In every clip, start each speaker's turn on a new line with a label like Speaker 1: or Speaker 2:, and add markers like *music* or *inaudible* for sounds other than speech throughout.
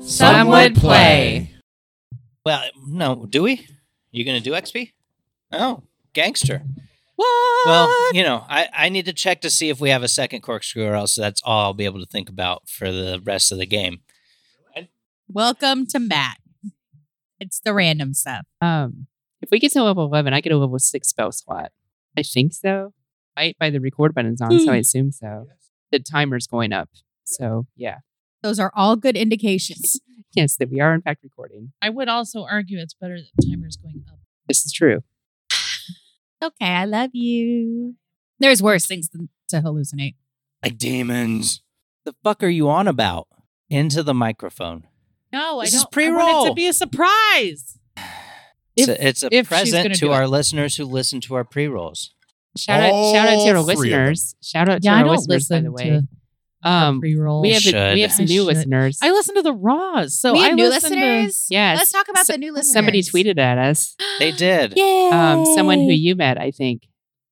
Speaker 1: Some would play.
Speaker 2: Well, no, do we? You gonna do XP? Oh, gangster.
Speaker 1: What?
Speaker 2: Well, you know, I, I need to check to see if we have a second corkscrew, or else that's all I'll be able to think about for the rest of the game.
Speaker 3: Welcome to Matt. It's the random stuff.
Speaker 1: um, if we get to level eleven, I get a level six spell slot. I think so. Right by the record button's on,
Speaker 3: Hmm.
Speaker 1: so I assume so. The timer's going up, so yeah.
Speaker 3: Those are all good indications.
Speaker 1: *laughs* Yes, that we are in fact recording.
Speaker 4: I would also argue it's better that the timer's going up.
Speaker 1: This is true.
Speaker 3: *sighs* Okay, I love you. There's worse things than to hallucinate.
Speaker 2: Like demons. The fuck are you on about? Into the microphone.
Speaker 4: No,
Speaker 2: This
Speaker 4: I
Speaker 2: is
Speaker 4: don't. I want it
Speaker 2: pre-roll.
Speaker 4: to be a surprise.
Speaker 2: It's
Speaker 4: If-
Speaker 2: a, it's a
Speaker 4: if she's
Speaker 2: present
Speaker 4: gonna
Speaker 2: to
Speaker 4: do
Speaker 2: our
Speaker 4: it.
Speaker 2: listeners who listen to our pre rolls.
Speaker 1: Shout out, shout out to our
Speaker 5: All three of them.
Speaker 1: listeners. Shout out to
Speaker 4: Yeah,
Speaker 1: our
Speaker 4: I don't
Speaker 1: listeners, by
Speaker 4: listen
Speaker 1: the
Speaker 4: to
Speaker 1: way. Um,
Speaker 4: pre-roll.
Speaker 1: we have
Speaker 2: Should.
Speaker 1: we have some
Speaker 4: I
Speaker 1: new
Speaker 4: should.
Speaker 1: listeners.
Speaker 4: I listen to the Raws, so
Speaker 3: we
Speaker 4: I
Speaker 3: have new
Speaker 4: listen to-
Speaker 3: listeners.
Speaker 1: yes,
Speaker 3: Let's talk about
Speaker 1: so-
Speaker 4: *laughs*
Speaker 3: the new listeners.
Speaker 1: Somebody tweeted at us.
Speaker 4: *gasps*
Speaker 2: They did.
Speaker 3: Yay.
Speaker 1: Um, someone who you met, I think.
Speaker 4: Oh. I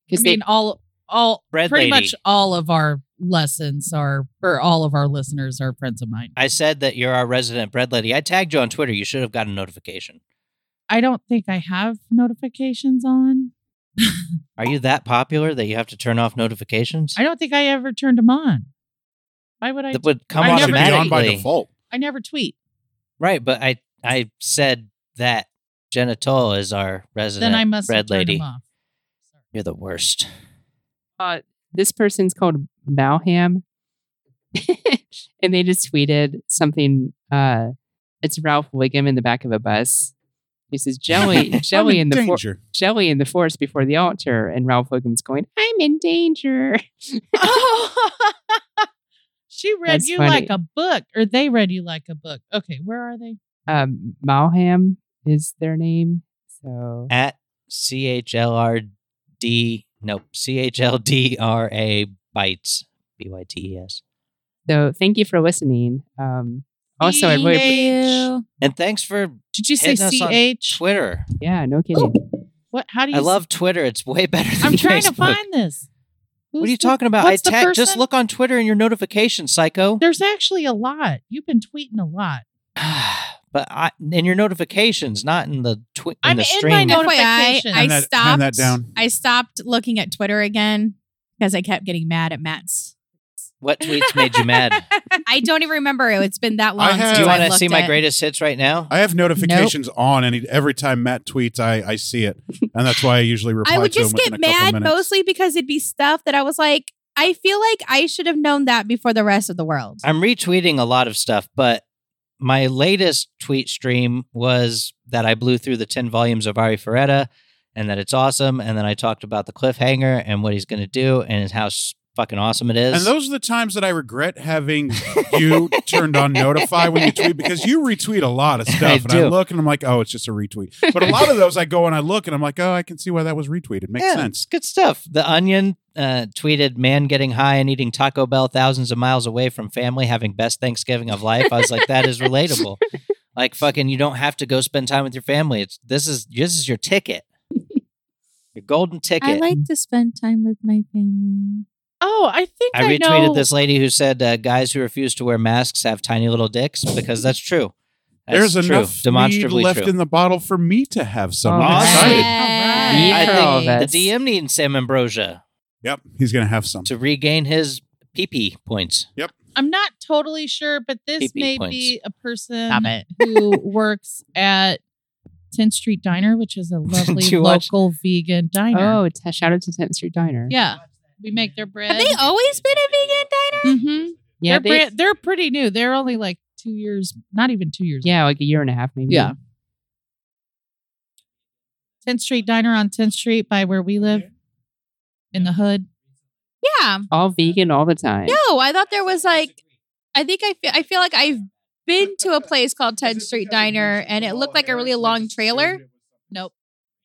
Speaker 1: Because
Speaker 4: mean, all all
Speaker 2: Bread
Speaker 4: pretty
Speaker 2: lady.
Speaker 4: much all of our lessons are, or all of our listeners are friends of mine.
Speaker 2: I said that you're our resident bread lady. I tagged you on Twitter. You should have got a notification.
Speaker 4: I don't think I have notifications on.
Speaker 2: Are you that popular that you have to turn off notifications?
Speaker 4: I don't think I ever turned them on. Why would I?
Speaker 2: That would come
Speaker 4: I
Speaker 5: Should
Speaker 4: never-
Speaker 5: be on by
Speaker 2: automatically.
Speaker 5: default.
Speaker 4: I never tweet.
Speaker 2: Right, but I I said that Genitol is our resident
Speaker 4: Then I must have
Speaker 2: bread
Speaker 4: turned
Speaker 2: lady.
Speaker 4: them *laughs* off.
Speaker 2: You're the worst.
Speaker 1: uh, this person's called Malham, *laughs* and they just tweeted something. Uh, it's Ralph Wiggum in the back of a bus. He
Speaker 4: *laughs*
Speaker 1: says, "Jelly,
Speaker 2: *laughs*
Speaker 1: jelly in the for-
Speaker 5: danger.
Speaker 1: jelly in the forest before the altar," and Ralph Wiggum's going, "I'm in danger."
Speaker 4: she read
Speaker 1: That's
Speaker 4: you
Speaker 1: funny.
Speaker 4: like a book, or they read you like a book. Okay, where are they?
Speaker 1: Um, Malham is their name, so
Speaker 2: At C H L R D nope C H L D R A bites B Y T E S.
Speaker 1: so thank you for listening. Um,
Speaker 4: Oh,
Speaker 1: also, I really
Speaker 4: Thank you.
Speaker 2: And thanks for
Speaker 4: Did you say
Speaker 2: Hitting us on
Speaker 4: CH?
Speaker 2: Twitter.
Speaker 1: yeah, no kidding.
Speaker 4: What? How do you?
Speaker 2: I
Speaker 4: s-
Speaker 2: love Twitter. It's way better than
Speaker 4: *laughs* I'm trying to
Speaker 2: Facebook.
Speaker 4: find this.
Speaker 2: What are
Speaker 4: Who's
Speaker 2: you
Speaker 4: the-
Speaker 2: talking about?
Speaker 4: what's
Speaker 2: I
Speaker 4: the
Speaker 2: tag just
Speaker 4: person?
Speaker 2: look on Twitter in your notifications, psycho.
Speaker 4: There's actually a lot. You've been tweeting a lot.
Speaker 2: *sighs* but I in your notifications, not in the twi- in
Speaker 4: I'm
Speaker 2: the
Speaker 4: in my
Speaker 2: stream.
Speaker 4: notifications.
Speaker 3: FYI,
Speaker 4: Notifications.
Speaker 3: I
Speaker 5: Hand that-
Speaker 3: stopped.
Speaker 5: hand that down.
Speaker 3: I stopped looking at Twitter again because I kept getting mad at Matt's.
Speaker 2: what tweets made you
Speaker 4: *laughs*
Speaker 2: mad?
Speaker 3: I don't even remember. It's been that long.
Speaker 5: I have-
Speaker 3: since
Speaker 2: Do you
Speaker 5: Oh,
Speaker 3: want to
Speaker 2: see my greatest hits right now?
Speaker 5: I have notifications on, and every time Matt tweets, I, I see it, and that's why
Speaker 2: *laughs*
Speaker 5: I usually reply
Speaker 3: I would
Speaker 5: to him
Speaker 3: just
Speaker 5: within a
Speaker 3: get
Speaker 5: couple
Speaker 3: mad
Speaker 5: minutes.
Speaker 3: mostly because it'd be stuff that I was like, I feel like I should have known that before the rest of the world.
Speaker 2: I'm retweeting a lot of stuff, but my latest tweet stream was that I blew through the 10 volumes of Ari Ferretta and that it's awesome. And then I talked about the cliffhanger and what he's going to do and how s- fucking awesome it is.
Speaker 5: And those are the times that I regret having you
Speaker 2: *laughs*
Speaker 5: turned on notify when you tweet because you retweet a lot of stuff,
Speaker 2: I
Speaker 5: and
Speaker 2: do.
Speaker 5: I look and I'm like, oh, it's just a retweet. But a lot of those I go and I look and I'm like, oh, I can see why that was retweeted. Makes
Speaker 2: Yeah,
Speaker 5: sense.
Speaker 2: It's good stuff. The Onion uh, tweeted, man getting high and eating Taco Bell thousands of miles away from family, having best Thanksgiving of life. I was like, that is
Speaker 5: *laughs*
Speaker 2: relatable. Like fucking, you don't have to go spend time with your family. It's this is this is your
Speaker 5: *laughs*
Speaker 2: ticket, your golden ticket.
Speaker 3: to spend time with my family.
Speaker 4: Oh, I think
Speaker 2: I
Speaker 4: I,
Speaker 2: retweeted
Speaker 4: know.
Speaker 2: this lady who said uh, guys who refuse to wear masks have tiny little dicks because that's true. That's
Speaker 5: There's
Speaker 2: true.
Speaker 5: enough weed
Speaker 2: demonstrably
Speaker 5: left
Speaker 2: true.
Speaker 5: in the bottle for me to have some. I'm
Speaker 1: All right.
Speaker 5: excited.
Speaker 2: Yeah, I
Speaker 1: for
Speaker 2: think
Speaker 1: all Oh, of us.
Speaker 2: the DM needs Sam Ambrosia
Speaker 5: Yep, he's gonna have some.
Speaker 2: to regain his PP points.
Speaker 4: I'm not totally sure, but this
Speaker 2: PP
Speaker 4: may
Speaker 2: points.
Speaker 4: be a
Speaker 3: Stop
Speaker 4: person
Speaker 3: it.
Speaker 4: who works at 10th Street Diner, which is
Speaker 1: *laughs*
Speaker 4: a lovely
Speaker 2: you watch-
Speaker 4: local vegan diner.
Speaker 1: Oh, t- shout out to Tenth Street Diner.
Speaker 4: yeah. We make their bread.
Speaker 3: Have they always been a vegan diner?
Speaker 4: Mm-hmm.
Speaker 1: yeah,
Speaker 4: they're,
Speaker 1: they-
Speaker 4: brand, they're pretty new. They're only like two years, not even two years.
Speaker 1: yeah, like a year and a half maybe.
Speaker 4: Yeah. 10th Street Diner on 10th Street by where we live in the hood.
Speaker 3: Yeah.
Speaker 1: all vegan all the time.
Speaker 3: No, I thought there was like, I think I feel, I feel like I've been to a place called 10th Street Diner and it looked like a really long trailer.
Speaker 4: Nope.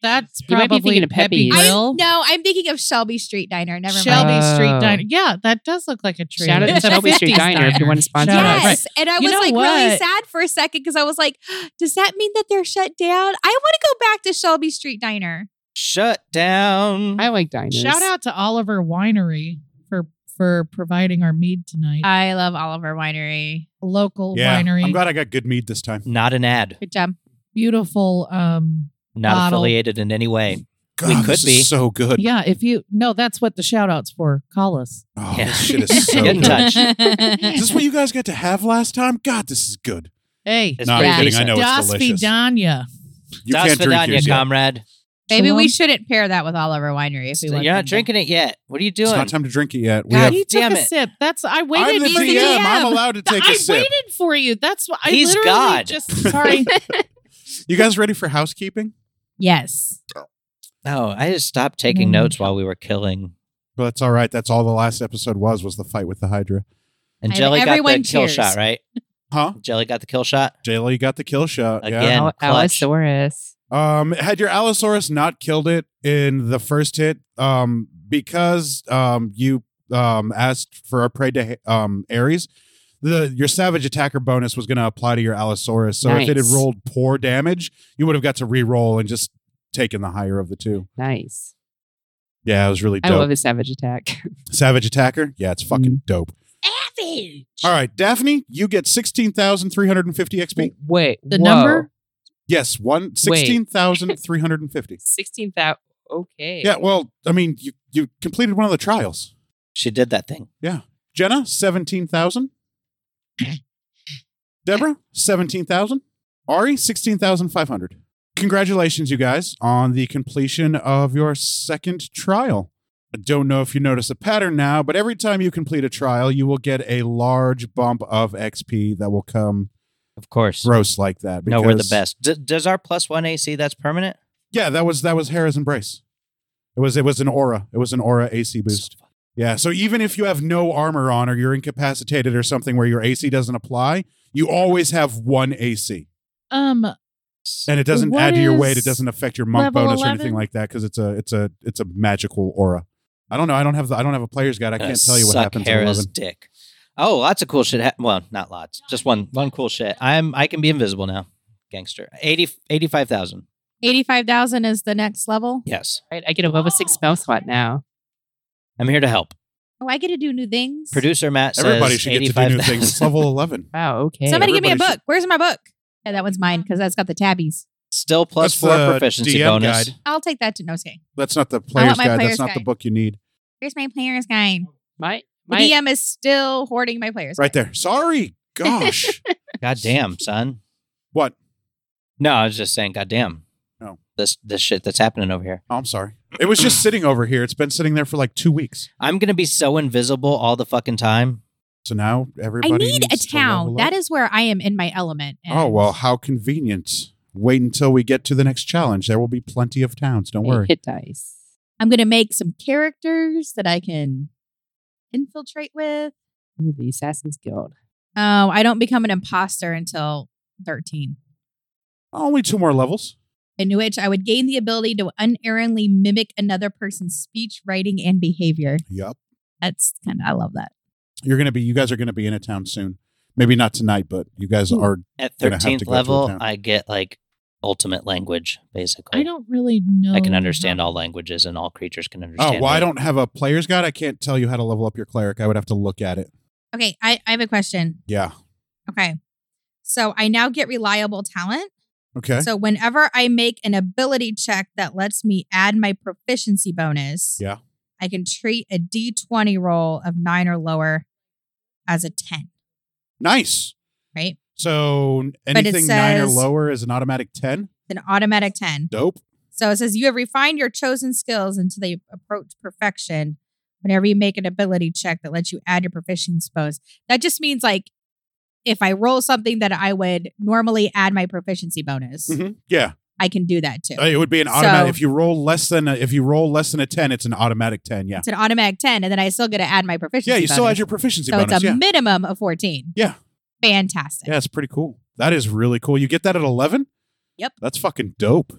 Speaker 4: That's
Speaker 1: You
Speaker 4: probably
Speaker 1: might be thinking of
Speaker 4: Peppy
Speaker 1: Pepe's.
Speaker 3: I,
Speaker 4: Grill.
Speaker 3: no, I'm thinking of Shelby Street Diner. Never mind.
Speaker 4: Shelby Street
Speaker 1: Oh.
Speaker 4: Diner. Yeah, that does look like a tree.
Speaker 1: Shout out to
Speaker 4: It's a
Speaker 1: Shelby Street
Speaker 4: 50s
Speaker 1: Diner if you want to sponsor
Speaker 4: Uh, Shout out.
Speaker 1: us.
Speaker 3: Yes. And I
Speaker 4: You
Speaker 3: was
Speaker 4: know
Speaker 3: like really
Speaker 4: what?
Speaker 3: sad for a second because I was like, *gasps* does that mean that they're shut down? I want to go back to Shelby Street Diner.
Speaker 2: Shut down.
Speaker 1: I like diners. *laughs*
Speaker 4: *laughs* Shout out to Oliver Winery for for providing our mead tonight.
Speaker 3: I love Oliver Winery.
Speaker 4: Local
Speaker 5: Yeah,
Speaker 4: winery.
Speaker 5: I'm glad I got good mead this time.
Speaker 2: Not an ad.
Speaker 3: Good job.
Speaker 4: Beautiful. Um,
Speaker 2: Not
Speaker 4: Bottle.
Speaker 2: affiliated in any way.
Speaker 5: God,
Speaker 2: We could
Speaker 5: this
Speaker 2: be.
Speaker 5: is so good.
Speaker 4: yeah, if you no, that's what the shout out's for. Call us.
Speaker 5: Oh,
Speaker 2: Yeah. *laughs*
Speaker 5: this shit is so
Speaker 2: Get in
Speaker 5: good.
Speaker 2: touch.
Speaker 5: Is this what you guys got to have last time? God, this is good.
Speaker 4: Hey,
Speaker 2: It's
Speaker 5: no,
Speaker 2: pretty
Speaker 5: I'm kidding. I
Speaker 2: decent.
Speaker 5: know it's
Speaker 4: Das
Speaker 5: delicious.
Speaker 4: Vidania.
Speaker 5: You
Speaker 2: Das
Speaker 5: can't drink
Speaker 2: Vidania,
Speaker 5: yours yet.
Speaker 2: comrade.
Speaker 3: Maybe we
Speaker 4: Shalom.
Speaker 3: shouldn't pair that with Oliver Winery if we
Speaker 2: So
Speaker 3: want
Speaker 2: you're not
Speaker 3: something.
Speaker 2: drinking it yet. What are you
Speaker 5: It's
Speaker 2: doing?
Speaker 5: not time to drink it yet. We
Speaker 2: God,
Speaker 5: have,
Speaker 4: He took
Speaker 2: Damn
Speaker 4: a
Speaker 2: it.
Speaker 4: sip. That's I
Speaker 5: I'm
Speaker 4: waited.
Speaker 5: the
Speaker 4: he's
Speaker 5: DM. I'm allowed to take a
Speaker 4: *laughs* I
Speaker 5: sip.
Speaker 4: waited for you. That's why I
Speaker 2: He's
Speaker 4: literally
Speaker 2: God.
Speaker 4: just sorry.
Speaker 5: You guys ready for housekeeping?
Speaker 3: Yes.
Speaker 2: No, Oh, I just stopped taking
Speaker 3: Mm-hmm.
Speaker 4: Mm.
Speaker 2: notes while we were killing.
Speaker 5: Well, that's all right. That's all the last episode was was the fight with the Hydra.
Speaker 2: And
Speaker 3: I-
Speaker 2: Jelly got the
Speaker 3: everyone
Speaker 2: kill
Speaker 3: cheers.
Speaker 2: shot, right?
Speaker 5: Huh?
Speaker 2: Jelly got the kill shot.
Speaker 5: Jaylee got the kill shot. Yeah.
Speaker 2: Again.
Speaker 1: Al-
Speaker 2: clutch.
Speaker 1: Allosaurus.
Speaker 5: Um, had your Allosaurus not killed it in the first hit, um, because um you um asked for a prey to ha- um Ares, the your savage attacker bonus was going to apply to your Allosaurus. So if it had
Speaker 1: Nice.
Speaker 5: rolled poor damage, you would have got to re-roll and just taken the higher of the two.
Speaker 1: Nice.
Speaker 5: Yeah, it was really
Speaker 1: I
Speaker 5: dope.
Speaker 1: love Mm-hmm. the savage attack.
Speaker 5: Savage attacker. Yeah, it's fucking dope.
Speaker 3: Savage.
Speaker 5: All right, Daphne, you get sixteen thousand three hundred and fifty XP.
Speaker 1: Wait,
Speaker 4: The
Speaker 1: whoa.
Speaker 4: number?
Speaker 5: Yes, one sixteen thousand three hundred
Speaker 1: *laughs*
Speaker 5: and fifty.
Speaker 1: sixteen thousand. Okay.
Speaker 5: Yeah, well, I mean, you you completed one of the trials.
Speaker 2: She did that thing.
Speaker 5: Jenna,
Speaker 2: *coughs*
Speaker 5: 17,000. Deborah, 17,000. Ari, 16,500. Congratulations, you guys, on the completion of your second trial. I don't know if you notice a pattern now, but every time you complete a trial, you will get a large bump of XP that will come
Speaker 2: Of course.
Speaker 5: gross like that.
Speaker 2: No, we're the
Speaker 5: because-
Speaker 2: best. D- does our plus one AC that's permanent?
Speaker 5: Yeah, that was that was Hera's embrace. It was it was an aura. It was an aura AC boost. Yeah. So even if you have no armor on or you're incapacitated or something where your AC doesn't apply, you always have one AC.
Speaker 4: Um,
Speaker 5: And it doesn't
Speaker 4: What
Speaker 5: add to your weight. It
Speaker 4: is
Speaker 5: doesn't affect your monk
Speaker 4: level
Speaker 5: bonus or
Speaker 4: 11?
Speaker 5: anything like that because it's a it's a it's a magical aura. I don't know. I don't have the I don't have a player's guide. I
Speaker 2: Gonna
Speaker 5: can't tell you what
Speaker 2: Uh, suck
Speaker 5: happens at
Speaker 2: Hera's
Speaker 5: eleven.
Speaker 2: dick. Oh, lots of cool shit. Ha- well, not lots. Just one. One cool shit. I'm. I can be invisible now. Gangster. 80, 85,000.
Speaker 3: 85,000 is the next level.
Speaker 2: Yes.
Speaker 1: Right, I get a level six spell slot now.
Speaker 2: I'm here to help.
Speaker 3: Oh, I get to do new things.
Speaker 2: Producer Matt says
Speaker 5: Everybody should get to do new
Speaker 2: 85,000.
Speaker 5: things.
Speaker 2: *laughs*
Speaker 5: It's level
Speaker 3: *laughs*
Speaker 5: eleven.
Speaker 1: Wow. Okay.
Speaker 3: Somebody give me a book.
Speaker 5: everybody should-
Speaker 3: Where's my book? Yeah, that one's mine because that's got the tabbies.
Speaker 2: Still plus
Speaker 5: That's
Speaker 2: four
Speaker 5: the
Speaker 2: proficiency
Speaker 5: DM
Speaker 2: bonus.
Speaker 5: guide.
Speaker 3: I'll take that to no okay.
Speaker 5: That's not the player's
Speaker 3: my
Speaker 5: guide.
Speaker 3: player's
Speaker 5: That's not the
Speaker 3: guide.
Speaker 5: book you need.
Speaker 3: Here's my player's guide.
Speaker 1: My
Speaker 3: The
Speaker 1: my
Speaker 3: DM is still hoarding my players.
Speaker 5: Right there. Sorry.
Speaker 3: *laughs*
Speaker 5: Gosh.
Speaker 2: God damn, son.
Speaker 5: what?
Speaker 2: No, I was just saying, God damn.
Speaker 5: No.
Speaker 2: This this shit that's happening over here.
Speaker 5: Oh, I'm sorry. It was just sitting over here. It's been sitting there for like two weeks.
Speaker 2: I'm gonna be so invisible all the fucking time.
Speaker 5: So now
Speaker 3: I
Speaker 5: everybody.
Speaker 3: need a
Speaker 5: needs to level
Speaker 3: town.
Speaker 5: up.
Speaker 3: That is where I am in my element. and-
Speaker 5: Oh, well, how convenient. Wait until we get to the next challenge. There will be plenty of towns. Don't worry.
Speaker 1: hit dice.
Speaker 3: I'm going to make some characters that I can infiltrate with.
Speaker 1: Ooh, the Assassin's Guild.
Speaker 3: Oh, I don't become an imposter until 13,
Speaker 5: Only two more levels.
Speaker 3: in which I would gain the ability to unerringly mimic another person's speech, writing, and behavior.
Speaker 5: Yep.
Speaker 3: That's kind of, I love that.
Speaker 5: You're going to be, you guys are going to be in a town soon. Maybe not tonight, but you guys are.
Speaker 2: At
Speaker 5: Gonna have to
Speaker 2: thirteenth
Speaker 5: go to a
Speaker 2: level,
Speaker 5: town.
Speaker 2: I get like ultimate language, basically.
Speaker 4: I don't really know.
Speaker 2: I can understand
Speaker 4: how-
Speaker 2: all languages and all creatures can
Speaker 5: Oh,
Speaker 2: understand.
Speaker 5: well, I
Speaker 2: me.
Speaker 5: don't have a player's guide. I can't tell you how to level up your cleric. I would have to look at it.
Speaker 3: Okay, I, I have a question.
Speaker 5: Yeah.
Speaker 3: Okay. So I now get reliable talent.
Speaker 5: Okay.
Speaker 3: So whenever I make an ability check that lets me add my proficiency bonus,
Speaker 5: Yeah.
Speaker 3: I can treat a D20 roll of nine or lower as a 10,
Speaker 5: nice.
Speaker 3: right?
Speaker 5: So
Speaker 3: it
Speaker 5: anything nine or
Speaker 3: says-
Speaker 5: lower is an automatic 10.
Speaker 3: An automatic 10.
Speaker 5: Dope.
Speaker 3: So it says you have refined your chosen skills until they approach perfection. Whenever you make an ability check that lets you add your proficiency bonus, that just means like if I roll something that I would normally add my proficiency bonus,
Speaker 5: Mhm. Yeah.
Speaker 3: I can do that too.
Speaker 5: Uh, It would be an automatic.
Speaker 3: So-
Speaker 5: if you roll less than a, if you roll less than a 10, it's an automatic 10. Yeah.
Speaker 3: It's an automatic 10, and then I still get to add my proficiency
Speaker 5: Yeah. You still
Speaker 3: bonus.
Speaker 5: add your proficiency
Speaker 3: So
Speaker 5: bonus.
Speaker 3: it's a
Speaker 5: Yeah.
Speaker 3: minimum of 14.
Speaker 5: Yeah.
Speaker 3: Fantastic.
Speaker 5: Yeah, it's pretty cool. That is really cool. You get that at 11?
Speaker 3: Yep.
Speaker 5: That's fucking dope.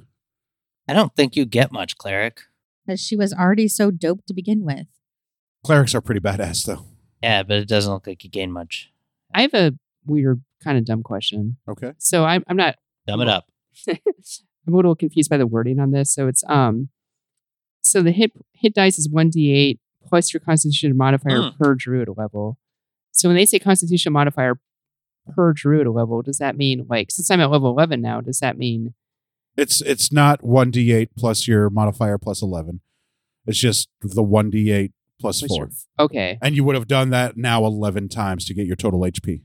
Speaker 2: I don't think you get much, cleric.
Speaker 3: Because she was already so dope to begin with.
Speaker 5: Clerics are pretty badass, though.
Speaker 2: Yeah, but it doesn't look like you gain much.
Speaker 1: I have a weird, kind of dumb question.
Speaker 5: Okay.
Speaker 1: So I'm I'm not *laughs*
Speaker 2: Dumb it up.
Speaker 1: I'm a little confused by the wording on this. So it's um, so the hit hit dice is one d8 plus your constitution modifier
Speaker 2: Mm.
Speaker 1: per druid level. So when they say constitution modifier per druid level, does that mean like since I'm at level eleven now, does that mean
Speaker 5: It's it's not one d eight plus your modifier plus eleven. It's just the one d eight plus
Speaker 1: Plus your-
Speaker 5: four,
Speaker 1: okay,
Speaker 5: and you would have done that now eleven times to get your total HP.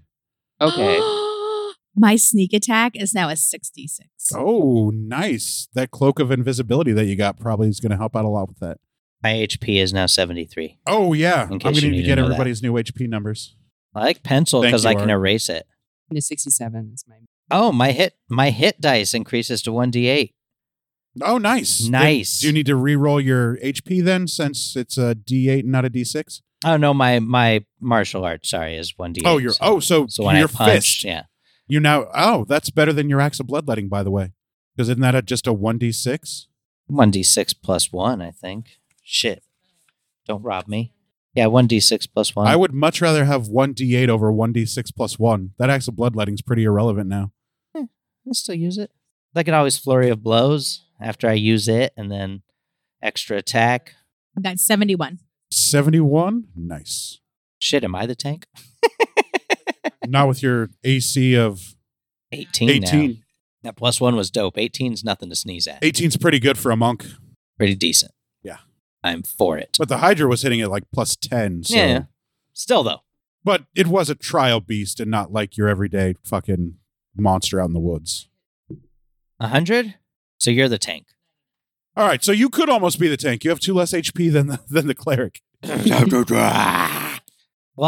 Speaker 1: okay.
Speaker 3: My sneak attack is now a 66.
Speaker 5: Oh, nice! That cloak of invisibility that you got probably is going to help out a lot with that.
Speaker 2: My HP is now 73.
Speaker 5: Oh yeah, I'm
Speaker 2: In case
Speaker 5: going
Speaker 2: you
Speaker 5: to
Speaker 2: need
Speaker 5: need to
Speaker 2: to
Speaker 5: get
Speaker 2: know that.
Speaker 5: everybody's new HP numbers.
Speaker 2: I like pencil
Speaker 5: Thank
Speaker 2: because
Speaker 5: you,
Speaker 2: I can
Speaker 5: Art.
Speaker 2: erase it.
Speaker 1: And the sixty seven is my
Speaker 2: Oh, my hit my hit dice increases to one d eight.
Speaker 5: Oh, nice, Then
Speaker 2: Nice.
Speaker 5: do you need to re-roll your HP then, since it's a D eight and not a D six?
Speaker 2: Oh no, my my martial arts sorry is one d eight.
Speaker 5: Oh, you're oh, so,
Speaker 2: so when
Speaker 5: you're
Speaker 2: I punch,
Speaker 5: fished.
Speaker 2: yeah,
Speaker 5: You now oh, that's better than your axe of bloodletting, by the way, because isn't that a, just a one d six?
Speaker 2: one d six plus one. I think. Shit, don't rob me. Yeah, one d six plus one.
Speaker 5: I would much rather have one d8 over one d6 plus one. That axe of bloodletting's pretty irrelevant now.
Speaker 2: I still use it. I can always flurry of blows after I use it, and then extra attack.
Speaker 3: I've got 71.
Speaker 5: 71, nice.
Speaker 2: Shit, am I the tank?
Speaker 5: Not with your AC of
Speaker 2: Eighteen. Now.
Speaker 5: 18.
Speaker 2: That plus one was dope. 18's nothing to sneeze at.
Speaker 5: 18's pretty good for a monk,
Speaker 2: Pretty decent.
Speaker 5: Yeah.
Speaker 2: I'm for it.
Speaker 5: but the Hydra was hitting it like plus 10. So.
Speaker 2: Yeah. Still though.
Speaker 5: But it was a trial beast and not like your everyday fucking monster out in the woods.
Speaker 2: A hundred? So you're the tank.
Speaker 5: All right, so you could almost be the tank. You have two less HP than the, than the cleric.
Speaker 2: Well,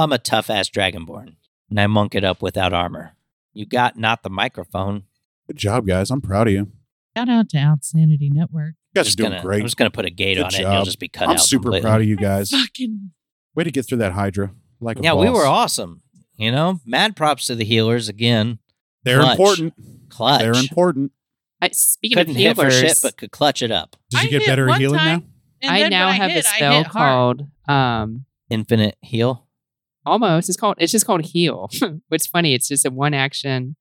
Speaker 2: I'm a tough ass dragonborn, and I monk it up without armor. You got not the microphone.
Speaker 5: Good job, guys. I'm proud of you. You
Speaker 4: *gasps* Shout out to Outsanity Network.
Speaker 5: guys
Speaker 2: Just
Speaker 5: are doing
Speaker 2: gonna-
Speaker 5: great.
Speaker 2: I'm just gonna put a gate
Speaker 5: Good
Speaker 2: on it and you'll
Speaker 5: job.
Speaker 2: just be cut
Speaker 5: I'm
Speaker 2: out.
Speaker 5: super
Speaker 2: completely.
Speaker 5: proud of you
Speaker 2: *laughs*
Speaker 5: guys.
Speaker 4: Fucking
Speaker 5: Way to get through that Hydra. Like a
Speaker 2: Yeah, we
Speaker 5: boss.
Speaker 2: were awesome. You know? Mad props to the healers again.
Speaker 5: They're
Speaker 2: clutch.
Speaker 5: important.
Speaker 2: Clutch.
Speaker 5: They're important.
Speaker 1: I, speaking
Speaker 2: Couldn't
Speaker 1: of
Speaker 2: hit for
Speaker 1: healers,
Speaker 2: shit, but could clutch it up.
Speaker 5: Did
Speaker 4: I
Speaker 5: you get
Speaker 4: hit
Speaker 5: better at
Speaker 4: one
Speaker 5: healing
Speaker 4: time,
Speaker 5: now?
Speaker 4: and
Speaker 1: I
Speaker 4: then
Speaker 1: now
Speaker 4: when I
Speaker 1: have
Speaker 4: hit,
Speaker 1: a
Speaker 4: I
Speaker 1: spell
Speaker 4: hit hard.
Speaker 1: called um
Speaker 2: Infinite heal.
Speaker 1: almost it's called it's just called heal. *laughs* What's funny, it's just a one action.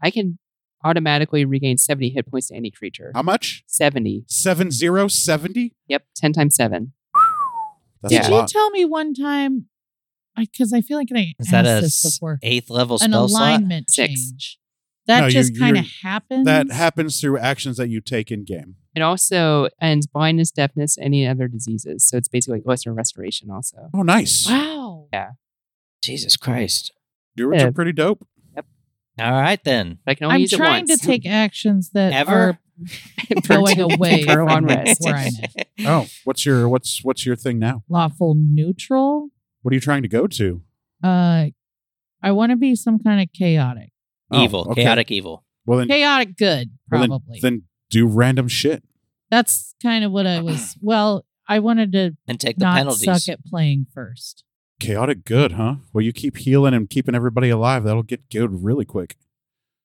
Speaker 1: I can automatically regain seventy hit points to any creature.
Speaker 5: How much?
Speaker 1: Seventy.
Speaker 5: Seven zero seventy.
Speaker 1: Yep, ten times seven.
Speaker 5: That's
Speaker 1: Yeah.
Speaker 5: a
Speaker 4: Did you
Speaker 5: lot.
Speaker 4: tell me one time? Because I feel like I
Speaker 2: Is
Speaker 4: asked
Speaker 2: that a
Speaker 4: this
Speaker 2: s-
Speaker 4: before.
Speaker 2: eighth level
Speaker 4: An
Speaker 2: spell slot?
Speaker 4: alignment
Speaker 1: Six.
Speaker 4: change. That
Speaker 5: No, you-
Speaker 4: just kind of
Speaker 5: you're-
Speaker 4: happens.
Speaker 5: that happens through actions that you take in game.
Speaker 1: It also ends blindness, deafness, any other diseases. So it's basically like lesser restoration also.
Speaker 5: Oh, nice.
Speaker 4: Wow.
Speaker 2: Jesus Christ.
Speaker 5: Druids
Speaker 1: Yeah.
Speaker 5: are pretty dope.
Speaker 2: All right then.
Speaker 1: But I can only
Speaker 4: I'm
Speaker 1: use
Speaker 4: trying
Speaker 1: it once.
Speaker 4: to take actions that
Speaker 2: *laughs* Ever?
Speaker 1: take
Speaker 4: are
Speaker 1: *laughs*
Speaker 4: going away
Speaker 1: for
Speaker 4: from
Speaker 1: on rest. *laughs*
Speaker 4: where I'm at.
Speaker 5: Oh, what's your what's what's your thing now?
Speaker 4: Lawful neutral.
Speaker 5: What are you trying to go to?
Speaker 4: Uh, I want to be some kind of chaotic,
Speaker 5: Oh,
Speaker 2: evil.
Speaker 5: okay.
Speaker 2: Chaotic evil.
Speaker 5: Well then,
Speaker 4: chaotic good,
Speaker 5: well, then-
Speaker 4: probably.
Speaker 5: then, do random shit.
Speaker 4: That's kind of what
Speaker 1: *clears throat*
Speaker 4: I was. Well, I wanted to
Speaker 2: And take the
Speaker 4: not
Speaker 2: penalties.
Speaker 4: suck at playing first.
Speaker 5: Chaotic good, huh? Well, you keep healing and keeping everybody alive. That'll get good really quick.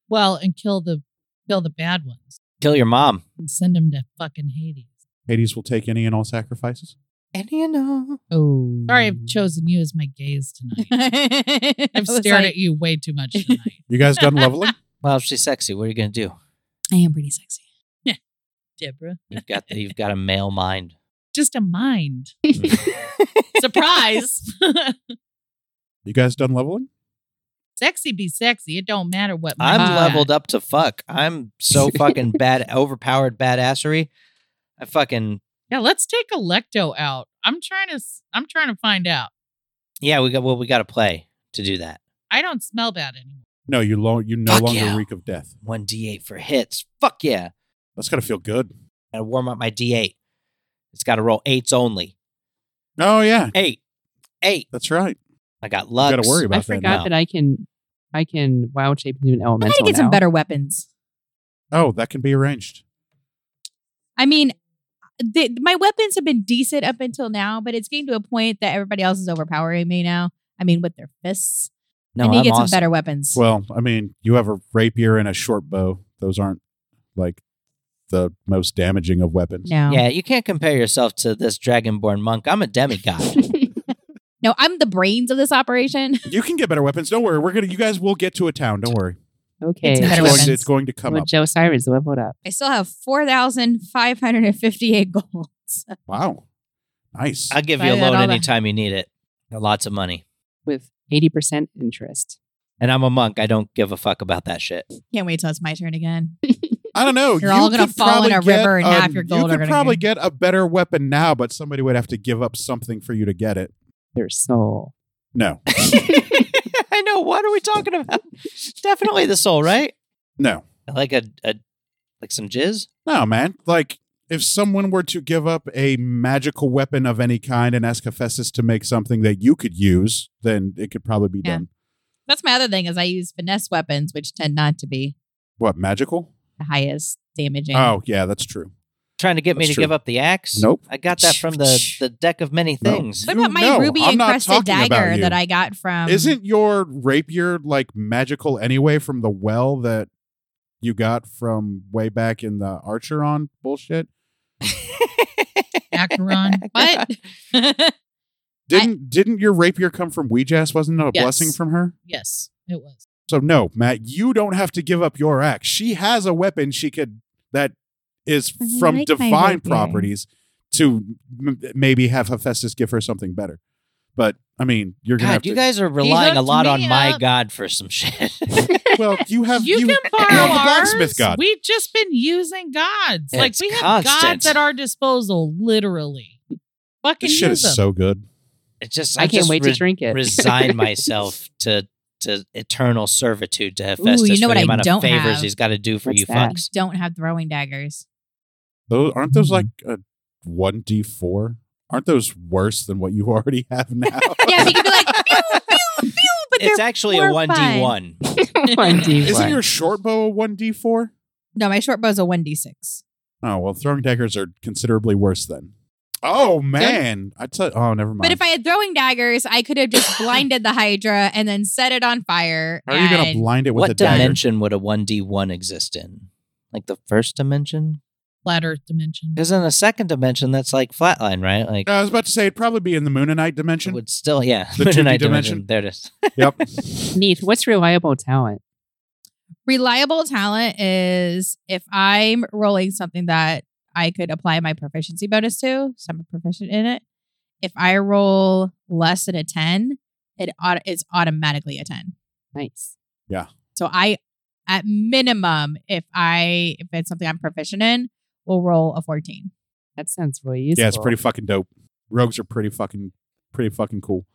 Speaker 4: Well, and kill the kill the bad ones
Speaker 2: Kill your mom.
Speaker 4: and send them to fucking Hades.
Speaker 5: Hades will take any and all sacrifices.
Speaker 2: And you know.
Speaker 1: *laughs* Oh.
Speaker 4: Sorry, I've chosen you as my gaze
Speaker 1: *laughs*
Speaker 4: tonight. I've stared at you way too much tonight.
Speaker 5: You guys done
Speaker 1: *laughs*
Speaker 5: leveling?
Speaker 2: Well, if she's sexy, what are you gonna do?
Speaker 3: I am pretty sexy.
Speaker 4: Deborah.
Speaker 2: You've
Speaker 1: *laughs*
Speaker 2: got you've got a male mind.
Speaker 4: Just a mind. Surprise.
Speaker 5: You guys done leveling?
Speaker 4: *laughs* sexy be sexy. It don't matter what.
Speaker 1: Uh-huh.
Speaker 2: I'm
Speaker 4: mind you
Speaker 2: leveled
Speaker 4: got.
Speaker 2: up to fuck. I'm
Speaker 1: *laughs*
Speaker 2: so fucking bad, overpowered badassery. I fucking
Speaker 4: Yeah, let's take Electo out. I'm trying to. s- I'm trying to find out.
Speaker 2: yeah. We got well. We got to play to do that.
Speaker 4: I don't smell bad anymore.
Speaker 5: No, you lo- you no
Speaker 2: Fuck
Speaker 5: longer
Speaker 2: yeah.
Speaker 5: reek of death.
Speaker 2: One d8 for hits. Fuck yeah.
Speaker 5: That's gotta feel good.
Speaker 2: Gotta warm up my d8. It's got to roll eights only.
Speaker 5: Oh yeah,
Speaker 2: Eight, eight.
Speaker 5: that's right.
Speaker 2: I got
Speaker 5: You
Speaker 2: luck.
Speaker 5: gotta worry
Speaker 1: I
Speaker 5: about that.
Speaker 1: forgot
Speaker 2: now.
Speaker 1: that I can I can wild shape into an
Speaker 3: I
Speaker 1: elemental.
Speaker 3: gotta get
Speaker 1: now.
Speaker 3: some better weapons.
Speaker 5: Oh, that can be arranged.
Speaker 3: I mean, they, my weapons have been decent up until now, but it's getting to a point that everybody else is overpowering me now. I mean, with their fists.
Speaker 2: No,
Speaker 3: I need to
Speaker 2: I'm
Speaker 3: get
Speaker 2: awesome.
Speaker 3: some better weapons.
Speaker 5: Well, I mean, you have a rapier and a short bow. Those aren't like the most damaging of weapons.
Speaker 3: no.
Speaker 2: Yeah, you can't compare yourself to this dragonborn monk. I'm a demigod.
Speaker 1: *laughs*
Speaker 3: No, I'm the brains of this operation. *laughs*
Speaker 5: You can get better weapons. Don't worry. We're gonna. You guys will get to a town. Don't worry.
Speaker 1: Okay.
Speaker 3: It's
Speaker 5: It's
Speaker 3: Better
Speaker 5: going,
Speaker 3: weapons.
Speaker 5: to, it's going to come
Speaker 1: Well,
Speaker 5: up.
Speaker 1: Joe Cyrus leveled up.
Speaker 3: I still have 4,558 gold.
Speaker 5: Wow. Nice.
Speaker 2: I'll give you
Speaker 4: Buy
Speaker 2: a
Speaker 4: that
Speaker 2: loan
Speaker 4: all the-
Speaker 2: anytime you need it. Lots of money.
Speaker 1: with 80% interest.
Speaker 2: And I'm a monk. I don't give a fuck about
Speaker 1: *laughs*
Speaker 2: that shit. *laughs*
Speaker 3: Can't wait till it's my turn again.
Speaker 5: I don't know.
Speaker 3: You're all gonna
Speaker 5: could
Speaker 3: fall in
Speaker 5: probably
Speaker 3: a
Speaker 5: get
Speaker 3: river and
Speaker 5: a-
Speaker 3: half your gold
Speaker 5: You
Speaker 3: are
Speaker 5: could
Speaker 3: gonna
Speaker 5: probably get a better weapon now, but somebody would have to give up something for you to get it.
Speaker 1: Their soul.
Speaker 5: No,
Speaker 2: I know. What are we talking about? Definitely the soul, right?
Speaker 5: no,
Speaker 2: Like a, a like some jizz.
Speaker 5: no, man. Like, if someone were to give up a magical weapon of any kind and ask Hephaestus to make something that you could use, then it could probably be
Speaker 3: Yeah.
Speaker 5: done.
Speaker 3: That's my other thing is I use finesse weapons, which tend not to be
Speaker 5: What, magical?
Speaker 3: the highest damaging.
Speaker 5: Oh, yeah, that's true.
Speaker 2: Trying to get me
Speaker 5: That's
Speaker 2: to
Speaker 5: true.
Speaker 2: give up the axe.
Speaker 5: Nope.
Speaker 2: I got that
Speaker 1: *laughs*
Speaker 2: from the the deck of many
Speaker 5: No.
Speaker 2: things.
Speaker 3: What about my
Speaker 5: No,
Speaker 3: ruby
Speaker 5: I'm not
Speaker 3: encrusted
Speaker 5: talking about
Speaker 3: dagger
Speaker 5: you.
Speaker 3: that I got from?
Speaker 5: Isn't your rapier like magical anyway from the well that you got from way back in the Archer on bullshit?
Speaker 1: *laughs*
Speaker 4: Acheron.
Speaker 3: what?
Speaker 5: Didn't didn't your rapier come from Weejass? Wasn't it a
Speaker 4: Yes.
Speaker 5: blessing from her?
Speaker 4: Yes, it was.
Speaker 5: So no, Matt, you don't have to give up your axe. She has a weapon she could that is
Speaker 3: I
Speaker 5: from
Speaker 3: like my
Speaker 5: divine
Speaker 3: rapier.
Speaker 5: properties to m- maybe have Hephaestus give her something better. But I mean, you're gonna have
Speaker 2: God,
Speaker 5: to.
Speaker 2: you guys are relying a
Speaker 4: hooked
Speaker 2: lot
Speaker 4: me
Speaker 2: on my
Speaker 4: up.
Speaker 2: god for some shit. *laughs*
Speaker 5: well, you *coughs* have
Speaker 4: you,
Speaker 5: you,
Speaker 4: can borrow
Speaker 5: have the
Speaker 4: ours.
Speaker 5: blacksmith god.
Speaker 4: We've just been using gods. like
Speaker 2: It's
Speaker 4: we have
Speaker 2: constant.
Speaker 4: gods at our disposal, literally. Fucking
Speaker 5: this shit
Speaker 4: use
Speaker 5: is
Speaker 4: them.
Speaker 5: so good.
Speaker 2: It just
Speaker 1: I,
Speaker 2: I'm
Speaker 1: can't
Speaker 2: just
Speaker 1: wait
Speaker 2: re-
Speaker 1: to drink it. *laughs*
Speaker 2: resign myself to to eternal servitude to Hephaestus
Speaker 3: you know
Speaker 2: for
Speaker 3: what
Speaker 2: the
Speaker 3: I
Speaker 2: amount
Speaker 3: don't
Speaker 2: of favors
Speaker 3: have?
Speaker 2: he's got to do for
Speaker 1: What's
Speaker 2: you
Speaker 1: that?
Speaker 2: fucks.
Speaker 3: don't have throwing daggers.
Speaker 5: Those aren't those like a one d four? Aren't those worse than what you *laughs* already have now?
Speaker 3: Yeah, you could be like, *laughs* pew, pew, pew, but
Speaker 2: It's
Speaker 3: they're-
Speaker 2: actually a
Speaker 3: more
Speaker 2: one d one. *laughs*
Speaker 1: One D
Speaker 5: Isn't
Speaker 1: one.
Speaker 5: your short bow a one d four?
Speaker 3: no, my short bow's a one d six.
Speaker 5: Oh well, throwing daggers are considerably worse then. Oh man, I tell. Oh, never mind.
Speaker 3: But if I had throwing daggers, I could have just blinded the Hydra and then set it on fire.
Speaker 5: are you gonna
Speaker 3: and-
Speaker 5: blind it with a
Speaker 2: What
Speaker 5: dagger?
Speaker 2: dimension would a one d one exist in? Like the first dimension?
Speaker 4: Flat Earth dimension.
Speaker 2: Because in the second dimension, that's like flatline, right? Like
Speaker 5: Uh, I was about to say it'd probably be in the Moonanite
Speaker 2: it
Speaker 5: dimension.
Speaker 2: would still yeah. *laughs*
Speaker 5: The 2D
Speaker 2: Midnight
Speaker 5: dimension?
Speaker 2: There it is.
Speaker 5: Yep.
Speaker 1: Neith, what's reliable talent?
Speaker 3: Reliable talent is if I'm rolling something that I could apply my proficiency bonus to, so I'm proficient in it. If I roll less than a 10, it auto- it's automatically a 10.
Speaker 1: Nice.
Speaker 3: So I, at minimum, if I if it's something I'm proficient in, will roll a 14.
Speaker 1: That sounds really useful.
Speaker 5: yeah, it's pretty fucking dope. Rogues are pretty fucking pretty fucking cool.